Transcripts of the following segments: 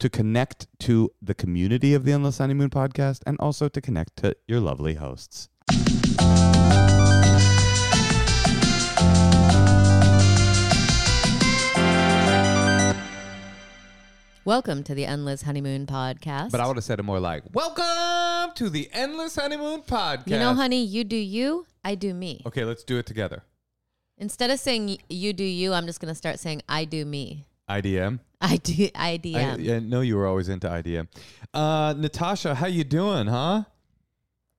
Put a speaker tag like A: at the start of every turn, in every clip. A: to connect to the community of the Endless Honeymoon podcast and also to connect to your lovely hosts.
B: Welcome to the Endless Honeymoon Podcast.
C: But I would have said it more like, "Welcome to the Endless Honeymoon Podcast."
B: you know, honey, you do you, I do me.
C: Okay, let's do it together.
B: Instead of saying y- you do you, I'm just going to start saying I do me.
C: IDM.
B: I do
C: I-
B: IDM.
C: I know you were always into IDM. Uh, Natasha, how you doing, huh?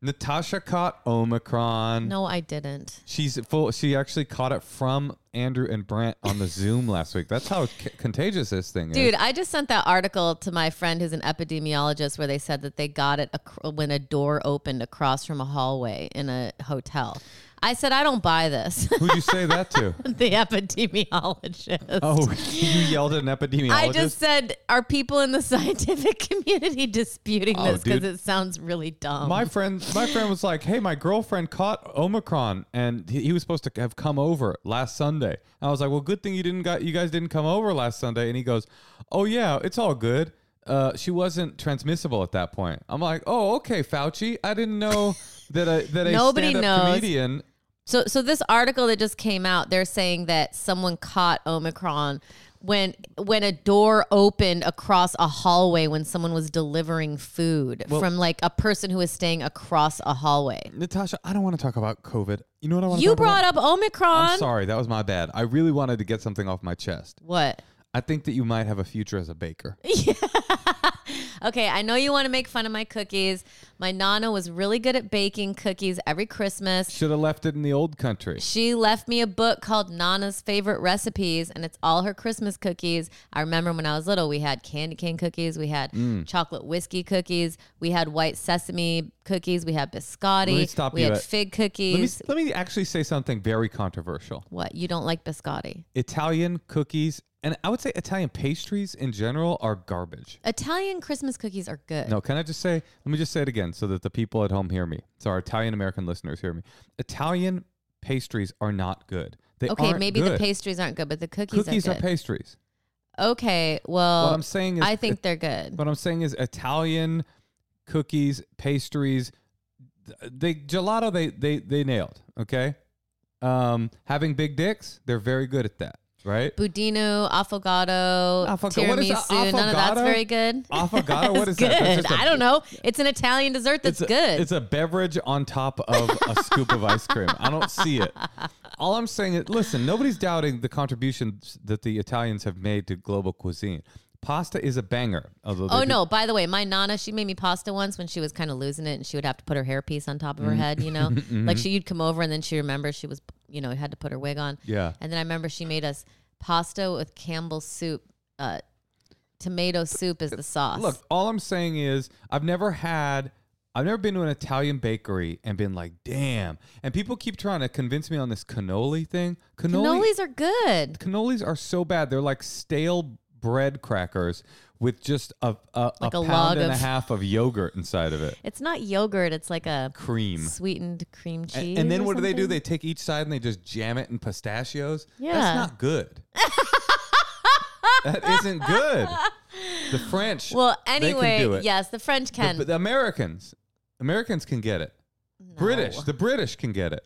C: Natasha caught Omicron.
B: no, I didn't.
C: She's full. She actually caught it from Andrew and Brant on the Zoom last week. That's how c- contagious this thing is.
B: Dude, I just sent that article to my friend who's an epidemiologist where they said that they got it ac- when a door opened across from a hallway in a hotel. I said, I don't buy this.
C: Who'd you say that to?
B: the epidemiologist.
C: Oh, you yelled at an epidemiologist.
B: I just said, are people in the scientific community disputing
C: Oh,
B: this because
C: dude.
B: it sounds really dumb?
C: My friend, my friend was like, "Hey, my girlfriend caught Omicron, and he, he was supposed to have come over last Sunday." I was like, "Well, good thing you didn't got you guys didn't come over last Sunday." And he goes, "Oh yeah, it's all good. Uh, she wasn't transmissible at that point." I'm like, "Oh, okay, Fauci. I didn't know that a that a
B: Nobody
C: stand-up
B: knows.
C: comedian."
B: So, so this article that just came out, they're saying that someone caught Omicron when when a door opened across a hallway when someone was delivering food from like a person who was staying across a hallway.
C: Natasha, I don't want to talk about COVID. You know what I want to
B: You brought up Omicron.
C: I'm sorry, that was my bad. I really wanted to get something off my chest.
B: What?
C: I think that you might have a future as a baker.
B: Okay, I know you want to make fun of my cookies. My nana was really good at baking cookies every Christmas.
C: Should have left it in the old country.
B: She left me a book called Nana's Favorite Recipes, and it's all her Christmas cookies. I remember when I was little, we had candy cane cookies, we had
C: Mm.
B: chocolate whiskey cookies, we had white sesame cookies, we had
C: Let
B: biscotti,
C: me stop
B: we
C: you
B: had
C: at-
B: fig
C: Let me,
B: cookies.
C: let me actually say something very controversial.
B: what? You don't like biscotti?
C: Italian cookies, and I would say Italian pastries in general, are garbage.
B: Italian Christmas cookies are good.
C: No, can I just say, let me just say it again so that the people at home hear me. So our Italian American listeners hear me. Italian pastries are not good. They
B: okay,
C: aren't
B: maybe the
C: good.
B: pastries aren't good, but the cookies,
C: cookies
B: are
C: are
B: good.
C: pastries.
B: okay, well,
C: what I'm saying is
B: I think they're good.
C: what I'm saying is Italian cookies, pastries, th- they gelato they they they nailed, okay? Um having big dicks, they're very good at that, right?
B: Budino, affogato,
C: Affoga- what is a-
B: tiramisu. None of that's
C: affogato?
B: very good.
C: Affogato? What
B: It's
C: is
B: good.
C: that? That's just a-
B: I don't know. It's an Italian dessert that's
C: it's a,
B: good.
C: It's a beverage on top of a scoop of ice cream. I don't see it. All I'm saying is, listen, nobody's doubting the contributions that the Italians have made to global cuisine. Pasta is a banger. although they
B: oh
C: do-
B: no! By the way, my nana she made me pasta once when she was
C: Mm. Mm-hmm.
B: kind of losing it, and she would have to put her hairpiece on top of her head. You know, like she you'd come over and then she remembers she was you know, had to put her wig on.
C: Yeah.
B: And then I remember she made us pasta with Campbell's soup. Uh, tomato soup is the sauce.
C: Look, all I'm saying is I've never had I've never been to an Italian bakery and been like, "Damn." And people keep trying to convince me on this cannoli thing. Cannoli
B: cannolis are good.
C: cannolis are so bad. They're like stale bread crackers with just a a,
B: Like
C: a,
B: a
C: pound
B: log
C: and a
B: of-
C: half of yogurt inside of it.
B: It's not yogurt. It's like a
C: Cream.
B: sweetened cream cheese.
C: A- And, then
B: or
C: what do they do?
B: something.
C: They take each side and they just jam it in pistachios.
B: Yeah.
C: That's not good. that isn't good. The French.
B: well,
C: they
B: anyway,
C: can do it.
B: yes, the French
C: The-
B: can.
C: but the Americans, Americans can get it.
B: No.
C: British, the British can get it.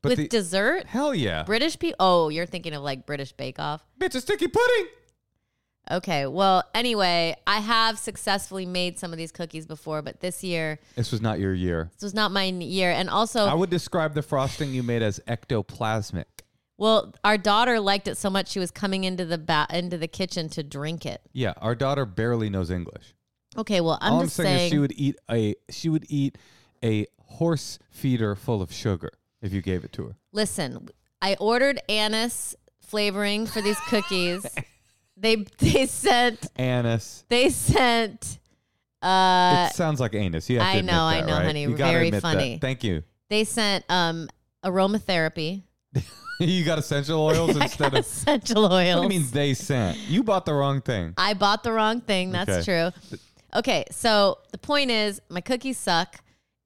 C: But
B: with
C: the
B: dessert.
C: hell yeah,
B: British people. Oh, you're thinking of like British Bake Off.
C: bitch, a sticky pudding.
B: Okay. Well, anyway, I have successfully made some of these cookies before, but this year
C: This was not your year.
B: this was not my n- year. And also,
C: I would describe the frosting you made as ectoplasmic.
B: well, our daughter liked it so much she was coming into the ba- into the kitchen to drink it.
C: Yeah, our daughter barely knows English.
B: Okay. Well, I'm
C: All I'm
B: just
C: saying,
B: saying.
C: is she would eat a she would eat a horse feeder full of sugar if you gave it to her.
B: listen, I ordered anise flavoring for these cookies. they they sent
C: Anise.
B: they sent uh
C: it sounds like anus. You have to
B: I
C: admit
B: know, I
C: that,
B: know,
C: right?
B: honey.
C: You gotta
B: Very
C: admit that.
B: funny.
C: Thank you.
B: they sent um aromatherapy
C: you got essential oils instead of.
B: essential
C: What do
B: oils.
C: you mean they sent? You bought the wrong thing.
B: I bought the wrong thing. That's true. Okay, so the point is, my cookies suck,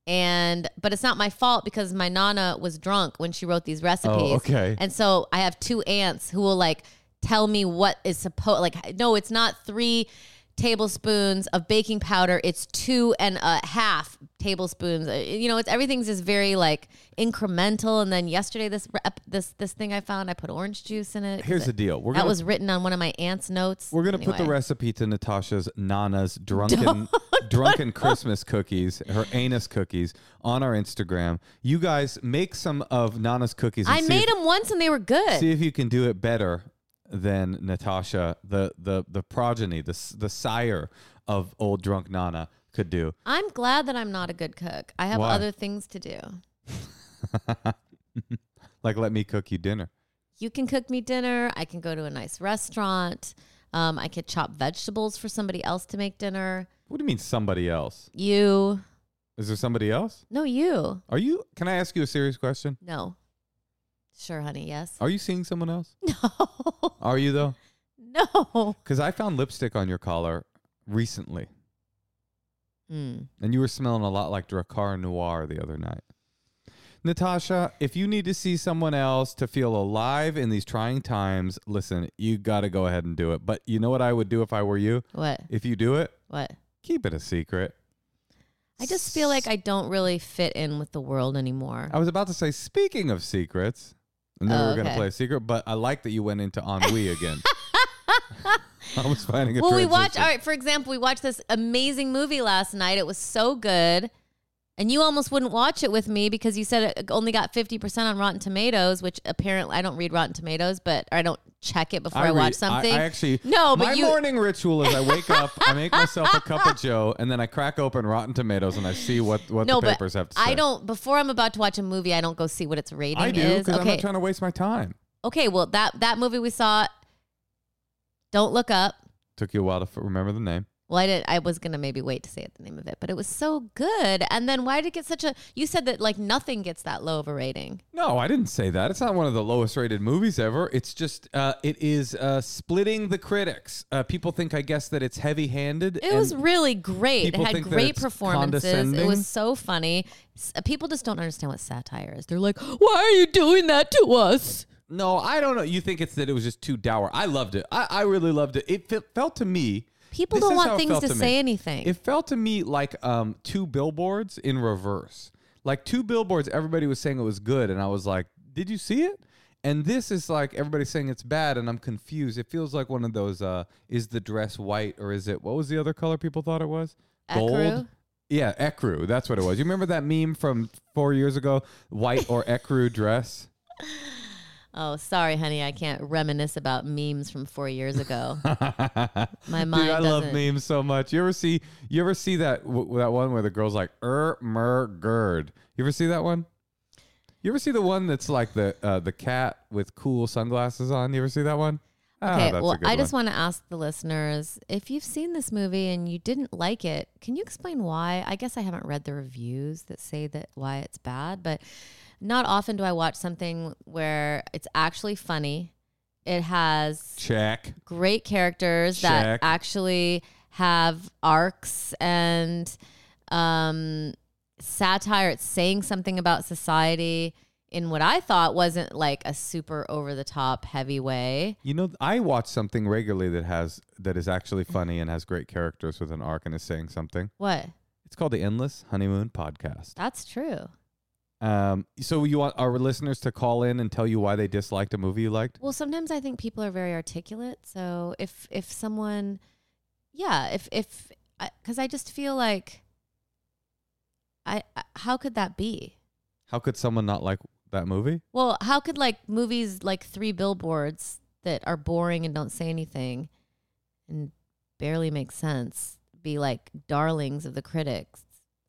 B: and but it's not my fault because my nana was drunk when she wrote these recipes.
C: Oh, okay.
B: And so I have two aunts who will like tell me what is supposed. Like, no, it's not three tablespoons of baking powder. It's two and a half tablespoons. Uh, You know, it's everything's just very like incremental. And then yesterday, this rep, this this thing I found, I put orange juice in it. 'cause
C: Here's
B: it-
C: the deal. We're
B: that
C: gonna
B: was written on one of my aunt's notes.
C: We're gonna put the
B: Anyway.
C: recipe to Natasha's Nana's drunken drunken Christmas cookies, her anus cookies, on our Instagram. You guys make some of Nana's cookies. And
B: I
C: see
B: made
C: if,
B: them once and they were good.
C: See if you can do it better than Natasha, the the the progeny, the s- the sire of old drunk Nana could do.
B: I'm glad that I'm not a good cook. I have
C: Why?
B: other things to do.
C: Like, let me cook you dinner.
B: You can cook me dinner. I can go to a nice restaurant. Um, I could chop vegetables for somebody else to make dinner.
C: What do you mean somebody else?
B: You,
C: Is there somebody else?
B: no, you,
C: Are you? Can I ask you a serious question?
B: no. Sure, honey. Yes.
C: Are you seeing someone else?
B: No.
C: Are you though?
B: no.
C: Because I found lipstick on your collar recently.
B: Mm.
C: And you were smelling a lot like Dracar Noir the other night. Natasha, if you need to see someone else to feel alive in these trying times, listen, you got to go ahead and do it. But you know what I would do if I were you?
B: What?
C: If you do it,
B: What?
C: keep it a secret.
B: I just feel like I don't really fit in with the world anymore.
C: I was about to say, speaking of secrets, and then we
B: Oh,
C: were going to
B: okay.
C: play a secret, but I like that you went into ennui again. I was finding a
B: well, we watched.
C: transition.
B: All right, for example, we watched this amazing movie last night. It was so good, and you almost wouldn't watch it with me because you said it only got fifty percent on Rotten Tomatoes, which apparently I don't read Rotten Tomatoes, but or I don't check it before I,
C: read-
B: watch something.
C: I, actually
B: No, but
C: my
B: you-
C: morning ritual is I wake up, I make myself a cup of Joe, and then I crack open Rotten Tomatoes and I see what what
B: no,
C: the
B: but
C: papers have to say.
B: I don't. Before I'm about to watch a movie, I don't go see what its rating
C: I do
B: is.
C: because I'm
B: Okay,
C: not trying to waste my time.
B: okay. Well, that that movie we saw, Don't Look Up.
C: Took you a while to f- remember the name.
B: Well, I did. I was gonna maybe wait to say it, the name of it, but it was so good. And then why did it get such a? You said that like nothing gets that low of a rating.
C: No, I didn't say that. It's not one of the lowest rated movies ever. It's just uh, it is uh, splitting the critics. Uh, people think, I guess, that it's heavy handed.
B: It was really great. It
C: people
B: had
C: think that
B: great
C: it's
B: performances. It
C: condescending.
B: was so funny. S- people just don't understand what satire is. They're like, "Why are you doing that to us?"
C: No, I don't know. You think it's that it was just too dour. I loved it. I, I really loved it. It fe- felt to me.
B: People
C: this
B: don't
C: is
B: want
C: how it
B: things
C: felt
B: to
C: me.
B: say anything.
C: It felt to me like um, two billboards in reverse. Like two billboards, everybody was saying it was good, and I was like, "Did you see it?" And this is like everybody's saying it's bad, and I'm confused. It feels like one of those. Uh, is the dress white or is it what was the other color people thought it was?
B: Ecru?
C: Yeah, ecru. That's what it was. You remember that meme from four years ago? White or ecru dress?
B: Oh, sorry, honey. I can't reminisce about memes from four years ago. My mind.
C: Dude, I love
B: doesn't-
C: memes so much. You ever see? You ever see that w- that one where the girl's like er mer gerd? You ever see that one? You ever see the one that's like the uh, the cat with cool sunglasses on? You ever see that one? Ah,
B: Okay,
C: that's
B: well,
C: a good
B: I just
C: one.
B: want to ask the listeners if you've seen this movie and you didn't like it, can you explain why? I guess I haven't read the reviews that say that why it's bad, but not often do I watch something where it's actually funny. It has
C: check.
B: great characters that
C: Check.
B: actually have arcs and um, satire. It's saying something about society in what I thought wasn't like a super over the top heavy way.
C: You know, I watch something regularly that has that is actually funny and has great characters with an arc and is saying something.
B: What?
C: It's called the Endless Honeymoon Podcast.
B: That's true.
C: Um, so you want our listeners to call in and tell you why they disliked a movie you liked?
B: Well, sometimes I think people are very articulate. So if if someone, yeah, if if because I just feel like, I I- how could that be?
C: How could someone not like that movie?
B: Well, how could like movies like Three Billboards that are boring and don't say anything, and barely make sense be like darlings of the critics?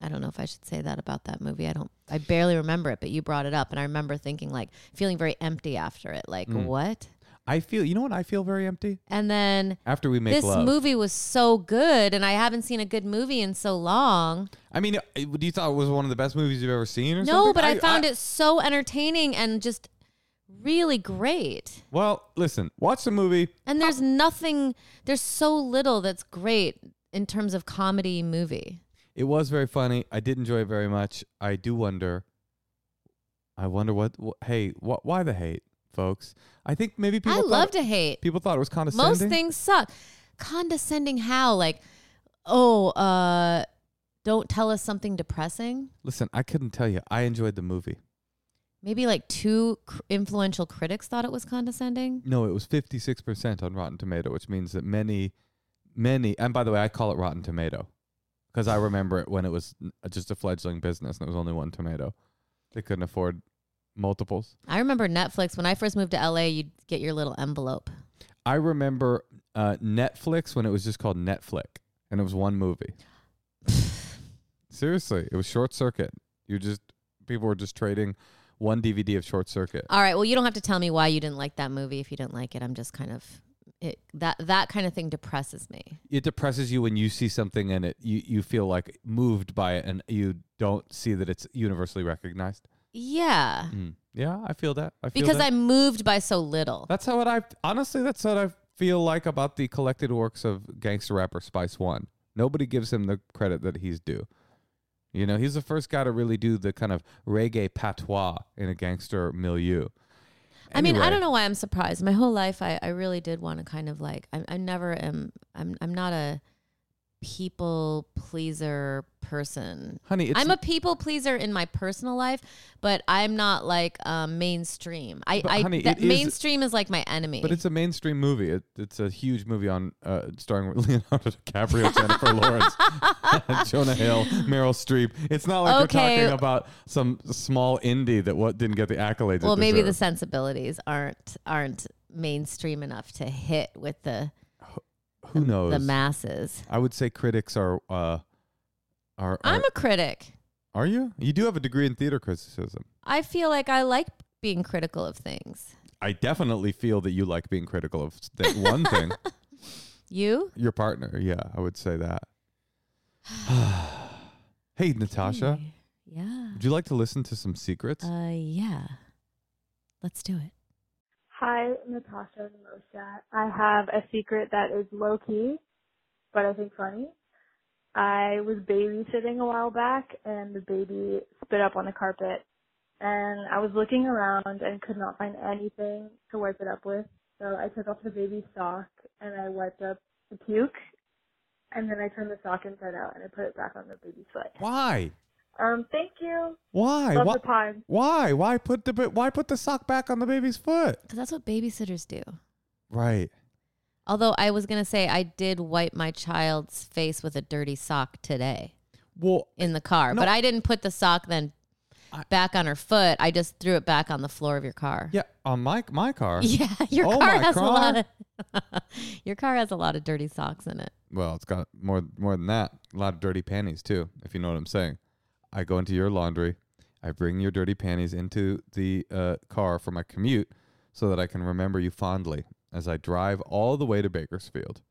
B: I don't know if I should say that about that movie. I don't. I barely remember it, but you brought it up, and I remember thinking like feeling very empty after it. Like
C: Mm.
B: what?
C: I feel you know what I feel very empty
B: And then
C: after we make
B: this
C: love.
B: movie was so good, and I haven't seen a good movie in so long.
C: I mean, uh, do you thought it was one of the best movies you've ever seen or something?
B: No, but I, found it so entertaining and just really great.
C: Well, listen, watch the movie.
B: And there's nothing, there's so little that's great in terms of comedy movie.
C: It was very funny. I did enjoy it very much. I do wonder. I wonder what. wh- hey, wh- why the hate, folks? I think maybe people.
B: I
C: thought-
B: love to hate.
C: People thought it was condescending.
B: Most things suck. Condescending how? Like, oh, uh, don't tell us something depressing.
C: Listen, I couldn't tell you. I enjoyed the movie.
B: Maybe like two cr- influential critics thought it was condescending.
C: No, it was fifty-six percent on Rotten Tomato, which means that many, many. And by the way, I call it Rotten Tomato because I remember it when it was n- uh, just a fledgling business and it was only one tomato. They couldn't afford multiples.
B: I remember Netflix when I first moved to LA, you'd get your little envelope.
C: I remember uh, Netflix when it was just called Netflix and it was one movie. Seriously, it was Short Circuit. You just people were just trading one DVD of Short Circuit.
B: All right. Well, you don't have to tell me why you didn't like that movie if you didn't like it. I'm just kind of it, that that kind of thing depresses me.
C: It depresses you when you see something and it you, you feel like moved by it and you don't see that it's universally recognized.
B: Yeah,
C: Mm. Yeah, I feel that. I feel
B: because
C: that.
B: I'm moved by so little.
C: that's how what I honestly that's what I feel like about the collected works of gangster rapper Spice One. Nobody gives him the credit that he's due. You know, he's the first guy to really do the kind of reggae patois in a gangster milieu.
B: I mean, I
C: Anyway.
B: don't know why I'm surprised. My whole life, I, I really did want to kind of like I, I never am. I'm I'm not a people pleaser person.
C: Honey, it's
B: I'm a people pleaser in my personal life, but I'm not like um, mainstream. I,
C: But
B: I
C: honey,
B: that
C: it is-
B: mainstream is like my enemy.
C: But it's a mainstream movie. It, it's a huge movie on uh, starring Leonardo DiCaprio, Jennifer Lawrence, Jonah Hill, Meryl Streep. It's not like
B: Okay.
C: we're talking about some small indie that what didn't get the accolades.
B: well,
C: it
B: maybe the
C: deserved.
B: sensibilities aren't aren't mainstream enough to hit with the
C: who knows.
B: the masses.
C: I would say critics are uh, are are,
B: I'm a critic.
C: are you? You do have a degree in theater criticism.
B: I feel like I like being critical of things.
C: I definitely feel that you like being critical of th- one thing.
B: You?
C: Your partner, yeah, I would say that. hey, Natasha,
B: Hey. Yeah.
C: would you like to listen to some secrets?
B: Uh, yeah. Let's do it.
D: Hi, Natasha and Moshe. I have a secret that is low key, but I think funny. I was babysitting a while back and the baby spit up on the carpet and I was looking around and could not find anything to wipe it up with. So I took off the baby's sock and I wiped up the puke and then I turned the sock inside out and I put it back on the baby's foot.
C: Why?
D: Um, thank you.
C: Why?
D: Love
C: Why?
D: the pod.
C: Why? Why put the ba- why put the sock back on the baby's foot?
B: Because that's what babysitters do.
C: Right.
B: Although I was going to say I did wipe my child's face with a dirty sock today
C: Well,
B: in the car,
C: No.
B: but I didn't put the sock then
C: I-
B: back on her foot. I just threw it back on the floor of your car.
C: yeah, on my my car.
B: Yeah, your
C: Oh,
B: car
C: my
B: has a lot of Your car has a lot of dirty socks in it.
C: Well, it's got more more than that. A lot of dirty panties too, if you know what I'm saying. I go into your laundry. I bring your dirty panties into the uh, car for my commute so that I can remember you fondly as I drive all the way to Bakersfield.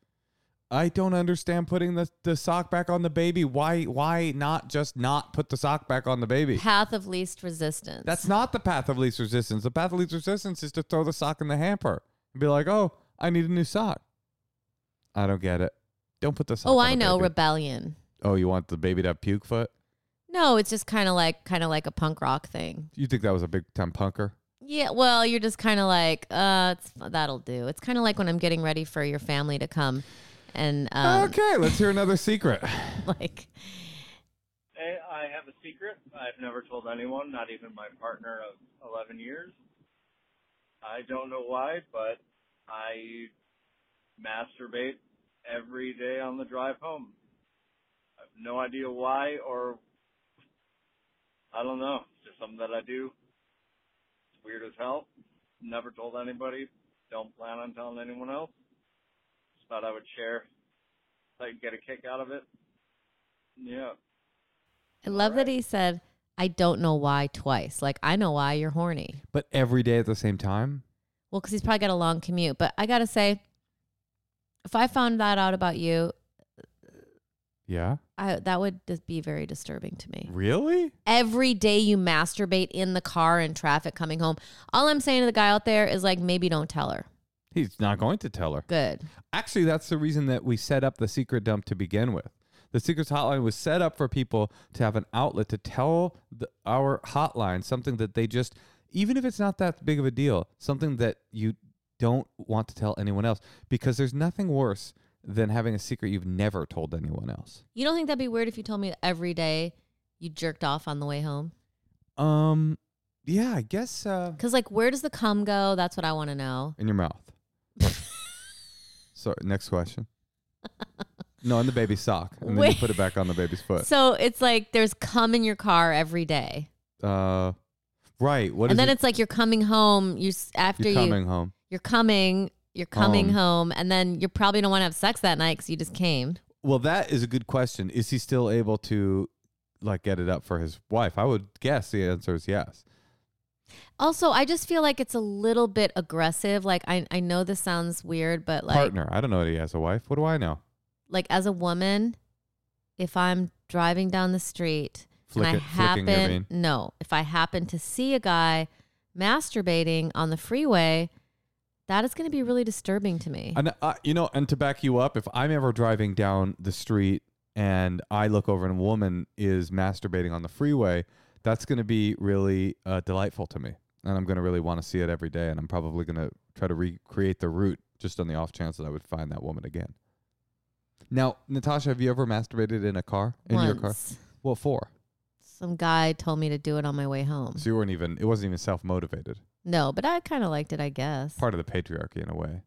C: I don't understand putting the, the sock back on the baby. Why why not just not put the sock back on the baby?
B: Path of least resistance.
C: That's not the path of least resistance. The path of least resistance is to throw the sock in the hamper and be like, "Oh, I need a new sock." I don't get it. Don't put the sock.
B: oh,
C: on
B: I
C: the
B: know
C: baby.
B: rebellion.
C: oh, you want the baby to have puke foot?
B: No, it's just kind of like kind of like a punk rock thing.
C: You think that was a big time punker?
B: Yeah, well, you're just kind of like, uh, it's, that'll do. It's kind of like when I'm getting ready for your family to come, and um,
C: okay, let's hear another secret.
B: like,
E: Hey, I have a secret. I've never told anyone, not even my partner of 11 years. I don't know why, but I masturbate every day on the drive home. I have no idea why or I don't know. It's just something that I do. It's weird as hell. Never told anybody. Don't plan on telling anyone else. Just thought I would share. Thought you'd get a kick out of it. Yeah.
B: I love that he said, "I don't know why" twice. Like, I know why you're horny.
C: But every day at the same time?
B: Well, because he's probably got a long commute. But I gotta say, if I found that out about you,
C: Yeah.
B: I that would just be very disturbing to me.
C: Really?
B: Every day you masturbate in the car in traffic coming home. All I'm saying to the guy out there is like, maybe don't tell her.
C: He's not going to tell her.
B: Good.
C: Actually, that's the reason that we set up the secret dump to begin with. The secrets hotline was set up for people to have an outlet to tell the, our hotline something that they just, even if it's not that big of a deal, something that you don't want to tell anyone else because there's nothing worse than having a secret you've never told anyone else.
B: You don't think that'd be weird if you told me every day you jerked off on the way home?
C: Um, yeah, I guess uh,
B: Because, like, where does the cum go? That's what I want to know.
C: in your mouth. Sorry, next question. No, in the baby's sock, and then
B: Wait.
C: you put it back on the baby's foot.
B: So it's like there's cum in your car every day.
C: Uh, right. What is
B: and then
C: it?
B: it's like you're coming home. You s- after
C: You're
B: you
C: coming home.
B: you're coming, you're coming
C: Um.
B: home, and then you probably don't want to have sex that night because you just came.
C: Well, that is a good question. Is he still able to like get it up for his wife? I would guess the answer is yes.
B: Also, I just feel like it's a little bit aggressive. Like I I know this sounds weird, but like
C: Partner. I don't know that he has a wife. What do I know?
B: like as a woman, if I'm driving down the street
C: Flick
B: and I
C: it- flicking your
B: happen no, if I happen to see a guy masturbating on the freeway, that is going to be really disturbing to me.
C: And uh, you know, and to back you up, if I'm ever driving down the street and I look over and a woman is masturbating on the freeway, that's going to be really uh, delightful to me, and I'm going to really want to see it every day, and I'm probably going to try to recreate the route just on the off chance that I would find that woman again. Now, Natasha, have you ever masturbated in a car? In your car?
B: Once,
C: What for?
B: some guy told me to do it on my way home.
C: So you weren't even. It wasn't even self motivated.
B: No, but I kind of liked it, I guess.
C: Part of the patriarchy in a way.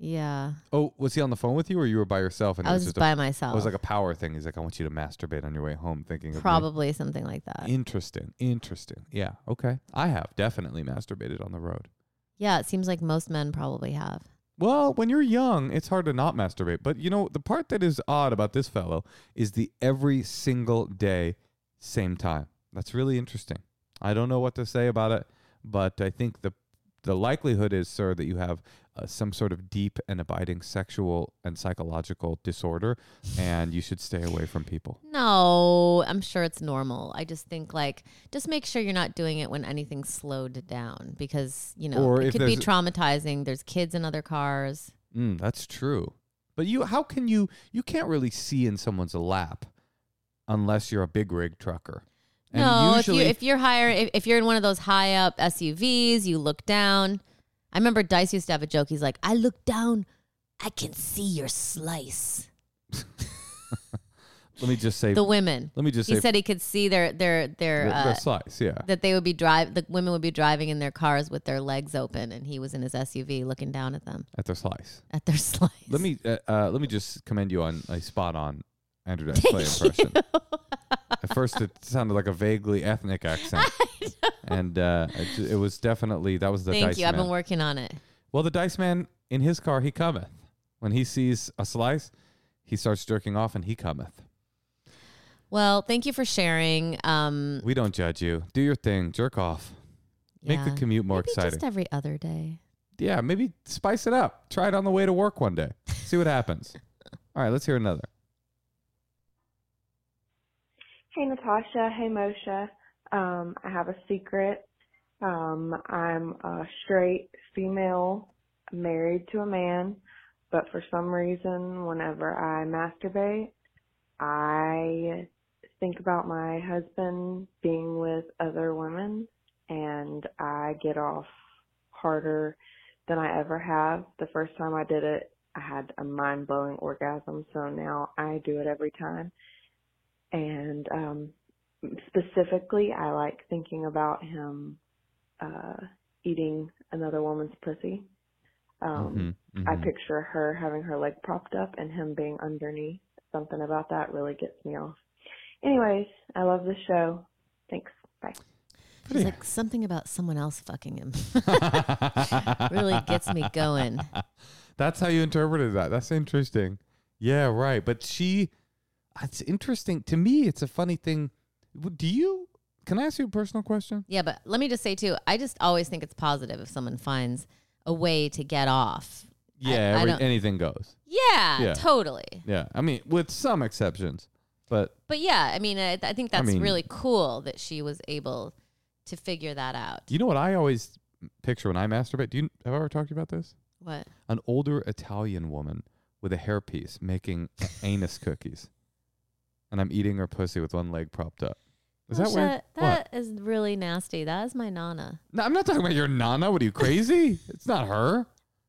B: yeah,
C: Oh, was he on the phone with you, or you were by yourself? And
B: I
C: it
B: was
C: just
B: just
C: a-
B: by
C: It
B: myself.
C: was like a power thing. He's like, I want you to masturbate on your way home, thinking of me."
B: probably something like that.
C: Interesting. Interesting. Yeah. Okay. I have definitely masturbated on the road.
B: yeah, it seems like most men probably have.
C: Well, when you're young, it's hard to not masturbate. But you know, the part that is odd about this fellow is the every single day, same time. That's really interesting. I don't know what to say about it, but I think the the likelihood is, sir, that you have uh, some sort of deep and abiding sexual and psychological disorder, and you should stay away from people.
B: No, I'm sure it's normal. I just think like just make sure you're not doing it when anything's slowed down because you know
C: Or
B: it
C: if
B: could be
C: there's-
B: traumatizing. There's kids in other cars.
C: Mm, that's true. But you, how can you? You can't really see in someone's lap unless you're a big rig trucker. And
B: no,
C: usually,
B: if you if you're higher if, if you're in one of those high up SUVs, you look down. I remember Dice used to have a joke. He's like, I look down, I can see your slice.
C: let me just say,
B: The women.
C: let me just
B: He
C: say,
B: said he could see their their their
C: the, the
B: uh,
C: slice. Yeah,
B: that they would be drive the women would be driving in their cars with their legs open and he was in his SUV looking down at them
C: at the slice.
B: at their slice.
C: Let me, uh, uh, let me just commend you on a spot on Andrew Dice Clay
B: Thank
C: impression.
B: you.
C: At first, it sounded like a vaguely ethnic accent, and uh, it, it was definitely that was the
B: Thank
C: Dice
B: you. I've
C: Man.
B: been working on it.
C: Well, the dice man in his car, he cometh. When he sees a slice, he starts jerking off and he cometh.
B: Well, thank you for sharing. Um,
C: We don't judge you. Do your thing. Jerk off. Make the
B: yeah.
C: commute more
B: Maybe
C: exciting.
B: Just every other day.
C: yeah, maybe spice it up. Try it on the way to work one day. See what happens. All right, let's hear another.
D: Hey Natasha, hey Moshe. Um, I have a secret. Um, I'm a straight female married to a man, but for some reason, whenever I masturbate, I think about my husband being with other women and I get off harder than I ever have. The first time I did it, I had a mind blowing orgasm, so now I do it every time and um specifically i like thinking about him uh eating another woman's pussy um
C: Mhm,
D: i
C: mhm.
D: picture her having her leg propped up and him being underneath something about that really gets me off anyways i love the show thanks bye
B: It's like something about someone else fucking him. really gets me going.
C: That's how you interpreted that. That's interesting. Yeah, right. But she, it's interesting to me. It's a funny thing. W- Do you? Can I ask you a personal question?
B: Yeah, but let me just say too, I just always think it's positive if someone finds a way to get off. I-
C: Yeah,
B: I
C: every-
B: don't-
C: anything goes.
B: Yeah,
C: Yeah.
B: totally.
C: Yeah, I mean, with some exceptions, but
B: But yeah, I mean, I, I think that's
C: mean-
B: really cool that she was able to figure that out.
C: you know what I always picture when I masturbate. Do you have I ever talked to you about this?
B: What?
C: An older Italian woman with a hairpiece making anus cookies, and I'm eating her pussy with one leg propped up. Is that
B: Moshe,
C: weird? what?
B: that is really nasty. That is my nana.
C: No, I'm not talking about your nana. What are you crazy? it's not her.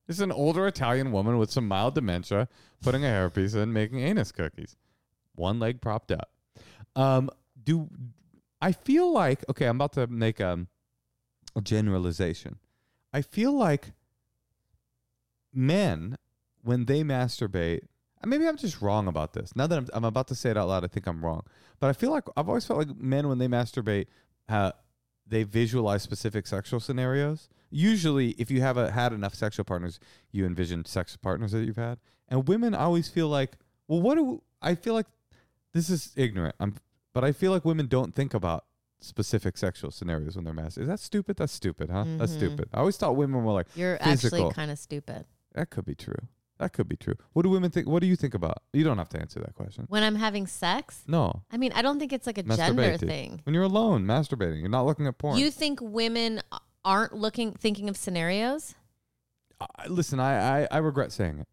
C: It's an older Italian woman with some mild dementia putting a hairpiece in, making anus cookies, one leg propped up. Um, do I feel like okay? I'm about to make um, a generalization. I feel like men when they masturbate. and Maybe I'm just wrong about this. Now that I'm, I'm about to say it out loud, I think I'm wrong. But I feel like I've always felt like men when they masturbate. Uh, they visualize specific sexual scenarios. Usually, if you have a, had enough sexual partners, you envision sex partners that you've had. And women always feel like, well, what do I feel like? This is ignorant. I'm, but I feel like women don't think about specific sexual scenarios when they're masturbating. Is that stupid? That's stupid, huh? That's
B: Mhm.
C: stupid. I always thought women were like,
B: You're
C: Physical.
B: actually kind of stupid.
C: that could be true. That could be true. What do women think? What do you think about? You don't have to answer that question.
B: When I'm having sex,
C: No,
B: I mean, I don't think it's like a gender
C: masturbating.
B: thing.
C: When you're alone, masturbating, you're not looking at porn.
B: You think women aren't looking, thinking of scenarios?
C: I- listen, I, I I regret saying it.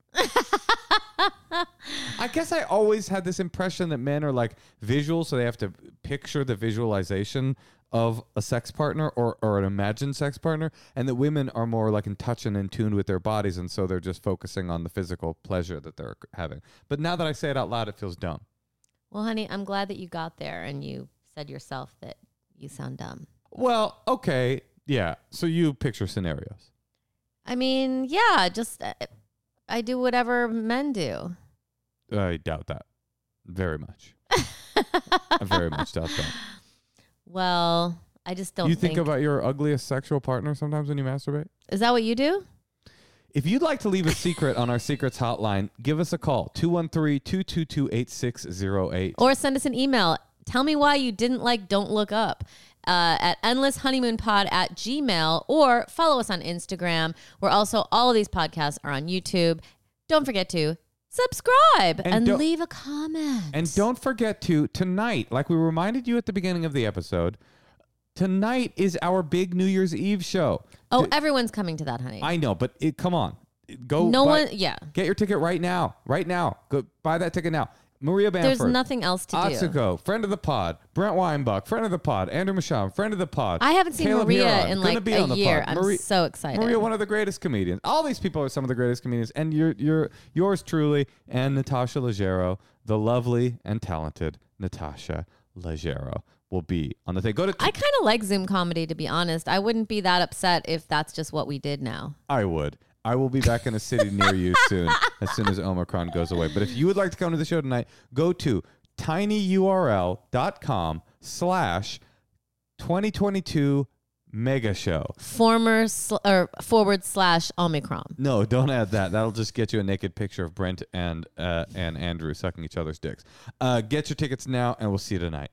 C: I guess I always had this impression that men are like visual, so they have to picture the visualization of a sex partner or, or an imagined sex partner, and that women are more like in touch and in tune with their bodies, and so they're just focusing on the physical pleasure that they're having. But now that I say it out loud, it feels dumb.
B: Well, honey, I'm glad that you got there and you said yourself that you sound dumb.
C: Well, okay, yeah. So you picture scenarios.
B: I mean, yeah, just uh, I do whatever men do.
C: I doubt that very much. I very much doubt that.
B: Well, I just don't
C: you think, about your ugliest sexual partner sometimes when you masturbate?
B: Is that what you do?
C: If you'd like to leave a secret on our secrets hotline, give us a call 213 222 8608.
B: Or send us an email. Tell me why you didn't like Don't Look Up uh, at endlesshoneymoonpod at gmail or follow us on Instagram. We're also, all of these podcasts are on YouTube. Don't forget to subscribe
C: And
B: and,
C: don't-
B: leave a comment.
C: And don't forget to, tonight, like we reminded you at the beginning of the episode, tonight is our big New Year's Eve show.
B: Oh, everyone's coming to that, honey.
C: I know, but it, come on. Go.
B: no
C: buy-
B: one, yeah.
C: Get your ticket right now. Right now. Go buy that ticket now. Maria Bamford.
B: There's nothing else to do.
C: Atsuko, friend of the pod. Brent Weinbach, friend of the pod. Andrew Michon, friend of the pod.
B: I haven't seen
C: Caleb
B: Maria
C: Huron,
B: in
C: gonna
B: like
C: be
B: a
C: on the
B: year.
C: pod.
B: I'm
C: Maria-
B: so excited.
C: Maria, one of the greatest comedians. All these people are some of the greatest comedians, and you're, you're yours truly, and Natasha Leggero, the lovely and talented Natasha Leggero, will be on the thing. Go to.
B: I kind of like Zoom comedy, to be honest. I wouldn't be that upset if that's just what we did now.
C: I would. I will be back in a city near you soon, as soon as Omicron goes away. But if you would like to come to the show tonight, go to tinyurl.com slash 2022 mega show.
B: Former sl- or forward slash Omicron.
C: No, don't add that. That'll just get you a naked picture of Brent and uh, and Andrew sucking each other's dicks. Uh, get your tickets now, and we'll see you tonight.